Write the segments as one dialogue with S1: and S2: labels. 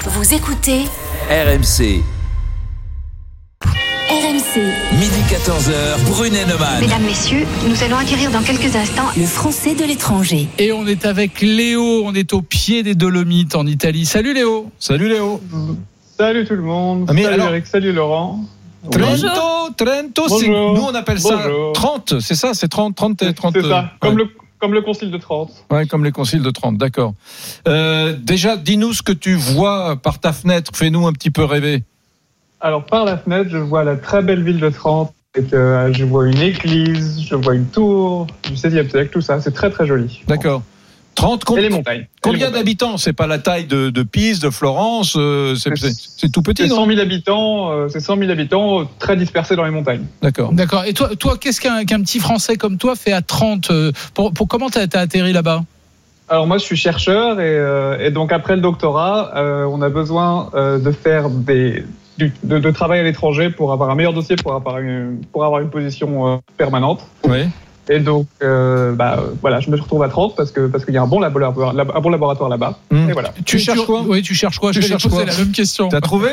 S1: Vous écoutez
S2: RMC,
S1: RMC.
S2: midi 14h, Brunet Neumann.
S3: Mesdames, Messieurs, nous allons acquérir dans quelques instants
S1: Le français de l'étranger.
S4: Et on est avec Léo, on est au pied des Dolomites en Italie. Salut Léo
S5: Salut Léo.
S6: Salut tout le monde.
S5: Ah, mais
S6: salut
S5: alors-
S6: Eric, salut Laurent.
S5: Trento, Trento, c'est-
S6: Bonjour.
S5: nous on appelle ça
S6: Bonjour.
S5: 30, c'est ça, c'est 30, 30,
S6: C'est
S5: 30.
S6: ça,
S5: ouais.
S6: comme, le, comme le concile de Trente.
S5: euh, Ouais, comme les conciles de 30, d'accord. Euh, déjà, dis-nous ce que tu vois par ta fenêtre, fais-nous un petit peu rêver.
S6: Alors par la fenêtre, je vois la très belle ville de Trente. Avec, euh, je vois une église, je vois une tour du 16e siècle, tout ça. C'est très très joli.
S5: D'accord. 30, com-
S6: Et les montagnes. Et
S5: combien
S6: les montagnes.
S5: d'habitants C'est pas la taille de, de Pise, de Florence, euh, c'est
S6: C'est-
S5: c'est- c'est tout petit,
S6: C'est
S5: non
S6: 100 000 habitants, euh, c'est 100 000 habitants euh, très dispersés dans les montagnes.
S5: D'accord.
S4: D'accord. Et toi, toi qu'est-ce qu'un qu'un petit Français comme toi fait à 30 euh, pour, pour, Comment t'as t'as atterri là-bas
S6: Alors moi je suis chercheur et, euh, et donc après le doctorat, euh, on a besoin euh, de faire des du- de, de travail à l'étranger pour avoir un meilleur dossier, pour avoir une, pour avoir une position euh, permanente.
S5: Oui.
S6: Et donc, euh, bah, euh, voilà, je me retrouve à 30 parce que parce qu'il y a un bon laboratoire, lab- un bon laboratoire là-bas.
S5: Hmm.
S6: Et voilà,
S5: Tu cherches quoi
S4: Oui, tu cherches quoi
S5: Tu
S4: Je vais
S5: cherches
S4: poser
S5: quoi
S4: la même question.
S5: T'as trouvé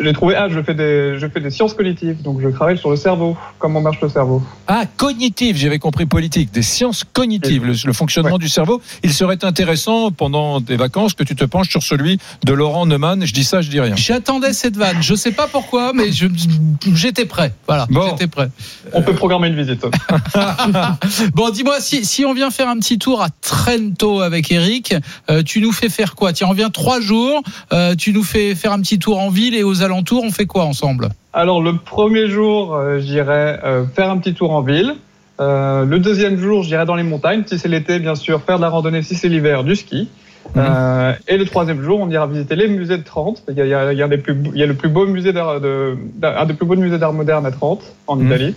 S6: j'ai trouvé. Ah, je fais des, je fais des sciences cognitives, donc je travaille sur le cerveau, comment marche le cerveau.
S5: Ah, cognitive, j'avais compris politique, des sciences cognitives, le, le fonctionnement du cerveau. Il serait intéressant pendant tes vacances que tu te penches sur celui de Laurent Neumann. Je dis ça, je dis rien.
S4: J'attendais cette vanne. Je sais pas pourquoi, mais je- j'étais prêt. Voilà,
S5: Bon.
S4: j'étais prêt.
S6: On peut programmer une visite.
S4: Bon, dis-moi, si, si on vient faire un petit tour à Trento avec Eric, euh, tu nous fais faire quoi Tiens, on vient trois jours, euh, tu nous fais faire un petit tour en ville et aux alentours, on fait quoi ensemble
S6: Alors le premier jour, euh, j'irai euh, faire un petit tour en ville. Euh, le deuxième jour, j'irai dans les montagnes. Si c'est l'été, bien sûr, faire de la randonnée. Si c'est l'hiver, du ski. Euh, et le troisième jour, on ira visiter les musées de Trente. Il y a, il y a- il y a des plus beaux- il y a le plus beau musée d'art, de, d'art- un des plus beaux musées d'art moderne à Trente, en
S5: Mhm.
S6: Italie.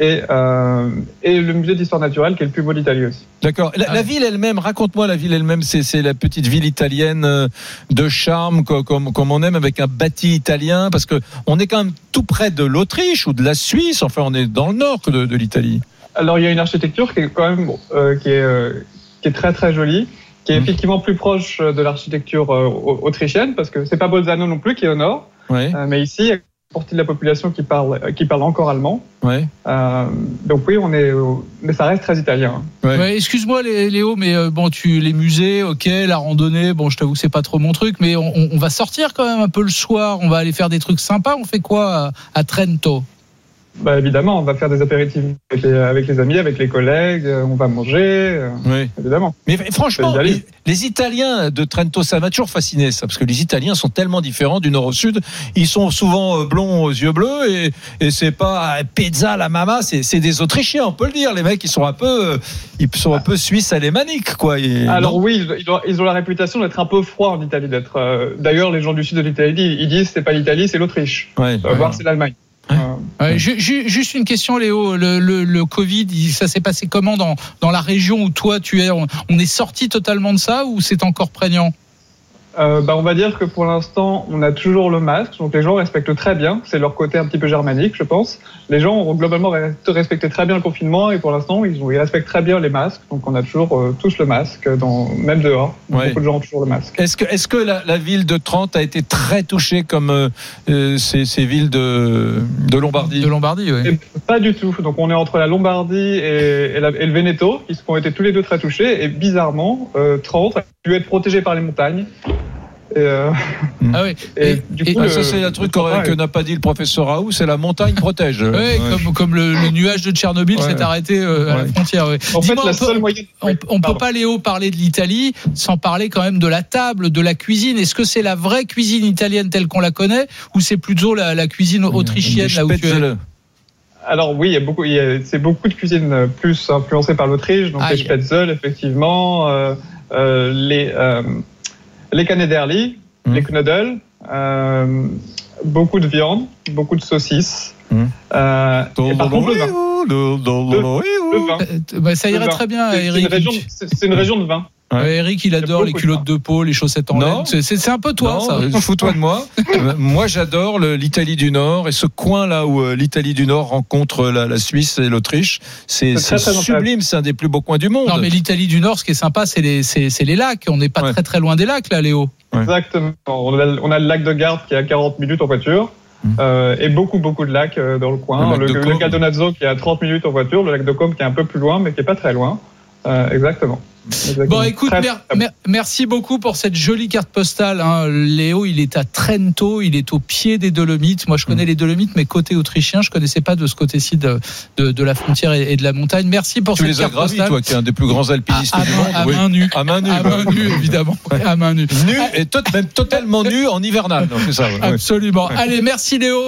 S6: Et, euh, et le musée d'histoire naturelle, qui est le plus beau d'Italie aussi.
S5: D'accord. La, la ville elle-même, raconte-moi la ville elle-même. C'est c'est la petite ville italienne euh, de charme, co- comme, comme on aime, avec un bâti italien, parce que on est quand même tout près de l'Autriche ou de la Suisse. Enfin, on est dans le nord de, de l'Italie.
S6: Alors il y a une architecture qui est quand même euh, qui est euh, qui est très très jolie, qui est
S5: Mhm.
S6: effectivement plus proche de l'architecture euh, au- autrichienne parce que c'est pas Bolzano non plus qui est au nord,
S5: Ouais,
S6: euh, mais ici il y a une partie de la population qui parle euh, qui parle encore allemand.
S5: ouais,
S6: Euh, donc oui, on est au- mais ça reste très italien.
S5: ouais.
S4: Ouais, excuse-moi Lé- Léo, mais euh, bon, tu les musées, ok, la randonnée, bon, je t'avoue que c'est pas trop mon truc, mais on, on- on va sortir quand même un peu le soir, on va aller faire des trucs sympas, on fait quoi à, à Trento
S6: Bah évidemment, on va faire des apéritifs avec les, avec les amis, avec les collègues, euh, on va manger euh,
S5: ouais.
S6: évidemment.
S5: Mais franchement,
S6: C'est
S5: les,
S6: l'Italie.
S5: les Italiens de Trento, ça m'a toujours fasciné, ça, parce que les Italiens sont tellement différents du nord au sud. Ils sont souvent euh, blonds aux yeux bleus et, et c'est pas euh, pizza la mama, c'est c'est des Autrichiens, on peut le dire. Les mecs, ils sont un peu, euh, ils sont un peu suisses alémaniques, quoi. Et-
S6: Alors
S5: non
S6: oui, ils- ils ont, ils ont la réputation d'être un peu froids en Italie d'être euh, d'ailleurs les gens du sud de l'Italie, ils disent c'est pas l'Italie, c'est l'Autriche,
S5: Ouais.
S6: euh, voire c'est l'Allemagne.
S5: Ouais.
S6: Euh,
S4: Ouais, ju- ju- Juste une question Léo, le, le- le Covid, il- ça s'est passé comment dans, dans la région où toi tu es on, on est sorti totalement de ça ou c'est encore prégnant
S6: Euh, bah, on va dire que pour l'instant, on a toujours le masque, donc les gens respectent très bien. C'est leur côté un petit peu germanique, je pense. Les gens ont globalement re- respecté très bien le confinement et pour l'instant, ils, ont- ils respectent très bien les masques. Donc on a toujours euh, tous le masque, dans, même dehors.
S5: Ouais.
S6: Beaucoup de gens ont toujours le masque.
S5: Est-ce que, est-ce que la, la ville de Trente a été très touchée comme euh, euh, ces, ces villes de, de Lombardie
S4: de Lombardie ouais.
S6: Pas du tout. Donc on est entre la Lombardie et, et la- et le Veneto, qui ont été tous les deux très touchés. Et bizarrement, euh, 30 a dû être protégé par les montagnes. Et, euh,
S4: Ah ouais.
S6: et
S4: Et-
S6: du
S4: et-
S6: coup,
S5: Ah,
S6: le-
S5: Ça, c'est un truc qu'aurait-
S6: ouais.
S5: que n'a pas dit le professeur Raoult, c'est la montagne protège.
S4: Ouais,
S5: Ouais.
S4: comme, comme le, le nuage de Tchernobyl
S5: Ouais.
S4: s'est arrêté euh, à la
S5: Ouais.
S4: frontière. ouais.
S6: en fait,
S4: Dis-moi,
S6: la
S4: on peut-
S6: seule moyenne.
S4: On,
S6: Oui,
S4: on peut
S6: pardon.
S4: pas, Léo, parler de l'Italie sans parler quand même de la table, de la cuisine. Est-ce que c'est la vraie cuisine italienne telle qu'on la connaît ou c'est plutôt la, la cuisine
S5: Euh,
S4: autrichienne
S5: Des
S4: là où tu es
S5: spätzle.
S6: Alors oui, il y a beaucoup, il y a- c'est beaucoup de cuisine euh, plus influencée par l'Autriche, donc
S4: Ah,
S6: les
S4: il y a-
S6: spätzle, effectivement, euh, euh, les euh, les canederli,
S5: Mm.
S6: les knuddles, euh, beaucoup de viande, beaucoup de saucisses.
S5: Mm.
S6: Euh, et par contre, le hein. vin. Le vin.
S4: Euh, bah, Ça
S6: Le
S4: irait
S6: vin.
S4: très bien,
S6: C'est c'est une,
S4: Eric.
S6: région, c'est- c'est une région de vin.
S4: Ouais, Eric, il adore
S6: beaucoup
S4: les
S6: de
S4: culottes
S6: vin.
S4: de peau, les chaussettes en
S5: Non.
S4: laine. C'est- C'est c'est un peu toi,
S5: Non,
S4: ça.
S5: euh, Fous-toi de moi. Euh, moi, j'adore le- l'Italie du Nord et ce coin là où euh, l'Italie du Nord rencontre euh, la, la Suisse et l'Autriche. C'est
S6: C'est très,
S5: c'est
S6: très
S5: sublime, c'est un des plus beaux coins du monde.
S4: Non, mais l'Italie du Nord, ce qui est sympa, c'est les, c'est- c'est les lacs. On n'est pas
S5: Ouais.
S4: très très loin des lacs, là, Léo.
S5: Ouais.
S6: Exactement. On a, on a le lac de Garde qui est à 40 minutes en voiture.
S5: Mhm.
S6: euh, et beaucoup beaucoup de lacs euh, dans le coin.
S5: Le lac
S6: Le,
S5: de
S6: le
S5: Caume.
S6: lac Adonazzo qui est à 30 minutes en voiture, le lac de Côme qui est un peu plus loin mais qui est pas très loin. Euh, exactement.
S4: Bon,
S6: Exactement.
S4: écoute,
S6: Très-
S4: mer- mer- merci beaucoup pour cette jolie carte postale. hein. Léo, il est à Trento, il est au pied des Dolomites. Moi, je
S5: Mm.
S4: connais les Dolomites, mais côté autrichien, je connaissais pas de ce côté-ci de, de, de la frontière et, et de la montagne. Merci pour
S5: Tu
S4: cette
S5: les as
S4: carte
S5: gravis,
S4: postale.
S5: toi, qui est un des plus grands alpinistes
S4: à, à
S5: du
S4: main,
S5: monde.
S4: à
S5: oui.
S4: main nue.
S5: À main nue.
S4: À main nue, évidemment. À main nue. Ah,
S5: Nu et tot- même totalement nu en hivernal. Donc, c'est ça. ouais.
S4: Absolument. Allez, merci Léo.